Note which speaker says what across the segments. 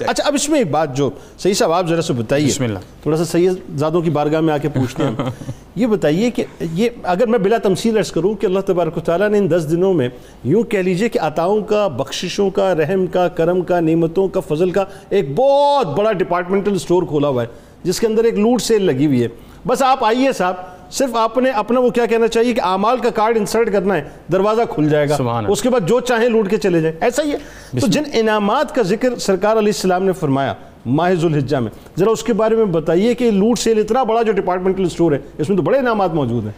Speaker 1: اچھا اب اس میں ایک بات جو سید صاحب آپ ذرا سے
Speaker 2: بسم
Speaker 1: بتائیے
Speaker 2: اللہ۔
Speaker 1: تھوڑا سا سید زادوں کی بارگاہ میں آ کے پوچھتے ہیں یہ بتائیے کہ یہ اگر میں بلا تمثیل عرض کروں کہ اللہ تبارک و تعالیٰ نے ان دس دنوں میں یوں کہہ لیجئے کہ عطاؤں کا بخششوں کا رحم کا کرم کا نعمتوں کا فضل کا ایک بہت بڑا ڈپارٹمنٹل سٹور کھولا ہوا ہے جس کے اندر ایک لوٹ سیل لگی ہوئی ہے بس آپ آئیے صاحب صرف آپ نے اپنا وہ کیا کہنا چاہیے کہ اعمال کا کارڈ انسرٹ کرنا ہے دروازہ کھل جائے گا
Speaker 2: سبحان اللہ۔
Speaker 1: اس کے بعد جو چاہیں لوٹ کے چلے جائیں ایسا ہی ہے تو جن انعامات کا ذکر سرکار علیہ السلام نے فرمایا ماہ ذوالحجہ میں ذرا اس کے بارے میں بتائیے کہ لوٹ سیل اتنا بڑا جو ڈپارٹمنٹل سٹور ہے اس میں تو بڑے انعامات موجود ہیں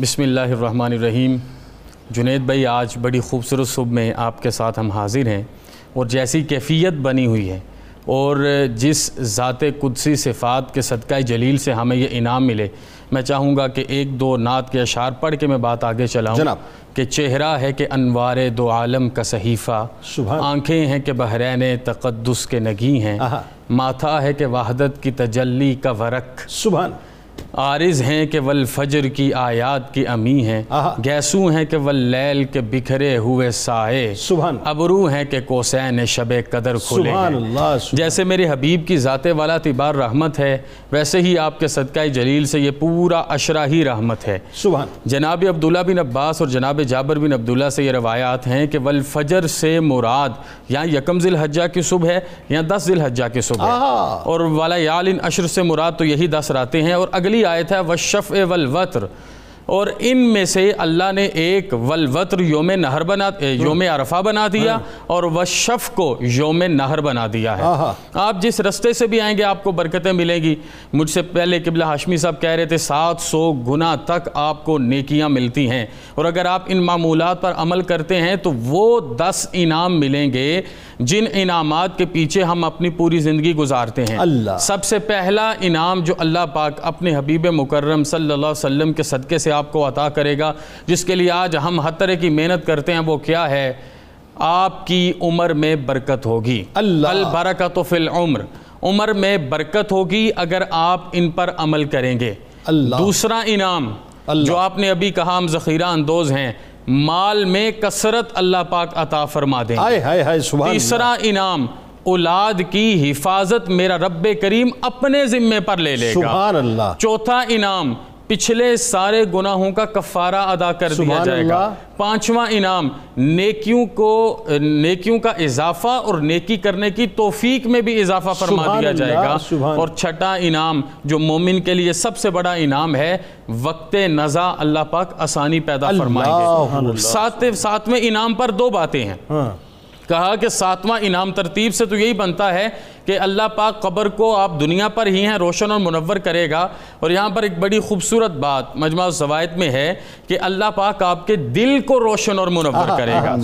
Speaker 2: بسم اللہ الرحمن الرحیم جنید بھائی آج بڑی خوبصورت صبح میں آپ کے ساتھ ہم حاضر ہیں اور جیسی کیفیت بنی ہوئی ہے اور جس ذات قدسی صفات کے صدقہ جلیل سے ہمیں یہ انعام ملے میں چاہوں گا کہ ایک دو نعت کے اشعار پڑھ کے میں بات آگے چلاؤں
Speaker 1: جناب۔
Speaker 2: کہ چہرہ ہے کہ انوار دو عالم کا صحیفہ
Speaker 1: سبحان
Speaker 2: آنکھیں ہیں کہ بحرین تقدس کے نگی ہیں
Speaker 1: آہا۔
Speaker 2: ماتھا ہے کہ وحدت کی تجلی کا ورق
Speaker 1: سبحان
Speaker 2: عارض ہیں کہ والفجر کی آیات کی امی ہیں
Speaker 1: آہا۔
Speaker 2: گیسو ہیں کہ واللیل کے بکھرے ہوئے سائے
Speaker 1: سبحان
Speaker 2: ابرو ہیں کہ کوسین شب قدر کھلے
Speaker 1: سبحان
Speaker 2: ہیں
Speaker 1: اللہ سبحان
Speaker 2: جیسے میرے حبیب کی ذات والا تبار رحمت ہے ویسے ہی آپ کے صدقہ جلیل سے یہ پورا عشرہ ہی رحمت ہے
Speaker 1: سبحان
Speaker 2: جناب عبداللہ بن عباس اور جناب جابر بن عبداللہ سے یہ روایات ہیں کہ والفجر سے مراد یا یکم ذی الحجہ کی صبح ہے یا دس ذی الحجہ کی صبح ہے
Speaker 1: آہا
Speaker 2: اور والا یال ان عشر سے مراد تو یہی دس راتیں ہیں اور اگلی آیت ہے وشف والوتر اور ان میں سے اللہ نے ایک ولوتر یوم نہر بنا اے، یوم عرفہ بنا دیا اور وشف کو یوم نہر بنا دیا ہے
Speaker 1: ہاں۔ آہا۔
Speaker 2: آپ جس رستے سے بھی آئیں گے آپ کو برکتیں ملیں گی مجھ سے پہلے قبلہ ہاشمی صاحب کہہ رہے تھے سات سو گنا تک آپ کو نیکیاں ملتی ہیں اور اگر آپ ان معمولات پر عمل کرتے ہیں تو وہ دس انعام ملیں گے جن انعامات کے پیچھے ہم اپنی پوری زندگی گزارتے ہیں
Speaker 1: اللہ۔
Speaker 2: سب سے پہلا انعام جو اللہ پاک اپنے حبیب مکرم صلی اللہ علیہ وسلم کے صدقے سے آپ کو عطا کرے گا جس کے لیے آج ہم ہر طرح کی محنت کرتے ہیں وہ کیا ہے آپ کی عمر میں برکت ہوگی
Speaker 1: اللہ۔
Speaker 2: البرکت فی العمر عمر میں برکت ہوگی اگر آپ ان پر عمل کریں گے
Speaker 1: اللہ۔
Speaker 2: دوسرا انعام جو آپ نے ابھی کہا ہم ذخیرہ اندوز ہیں مال میں کثرت اللہ پاک عطا فرما دیں گے
Speaker 1: ہائے ہائے ہائے سبحان اللہ
Speaker 2: تیسرا انعام اولاد کی حفاظت میرا رب کریم اپنے ذمے پر لے لے گا
Speaker 1: سبحان اللہ
Speaker 2: چوتھا انعام پچھلے سارے گناہوں کا کفارہ ادا کر دیا
Speaker 1: سبحان
Speaker 2: جائے گا
Speaker 1: اللہ۔
Speaker 2: پانچواں انعام نیکیوں کو نیکیوں کا اضافہ اور نیکی کرنے کی توفیق میں بھی اضافہ فرما
Speaker 1: سبحان
Speaker 2: دیا جائے
Speaker 1: اللہ،
Speaker 2: گا
Speaker 1: سبحان
Speaker 2: اور چھٹا انعام جو مومن کے لیے سب سے بڑا انعام ہے وقت نزا اللہ پاک آسانی پیدا
Speaker 1: اللہ
Speaker 2: فرمائیں
Speaker 1: سبحان
Speaker 2: گے
Speaker 1: اللہ،
Speaker 2: ساتویں- ساتویں انعام پر دو باتیں ہیں
Speaker 1: ہاں
Speaker 2: کہا کہ ساتواں انعام ترتیب سے تو یہی بنتا ہے کہ اللہ پاک قبر کو آپ دنیا پر ہی ہیں روشن اور منور کرے گا اور یہاں پر ایک بڑی خوبصورت بات مجمع الزوائد میں ہے کہ اللہ پاک آپ کے دل کو روشن اور منور کرے گا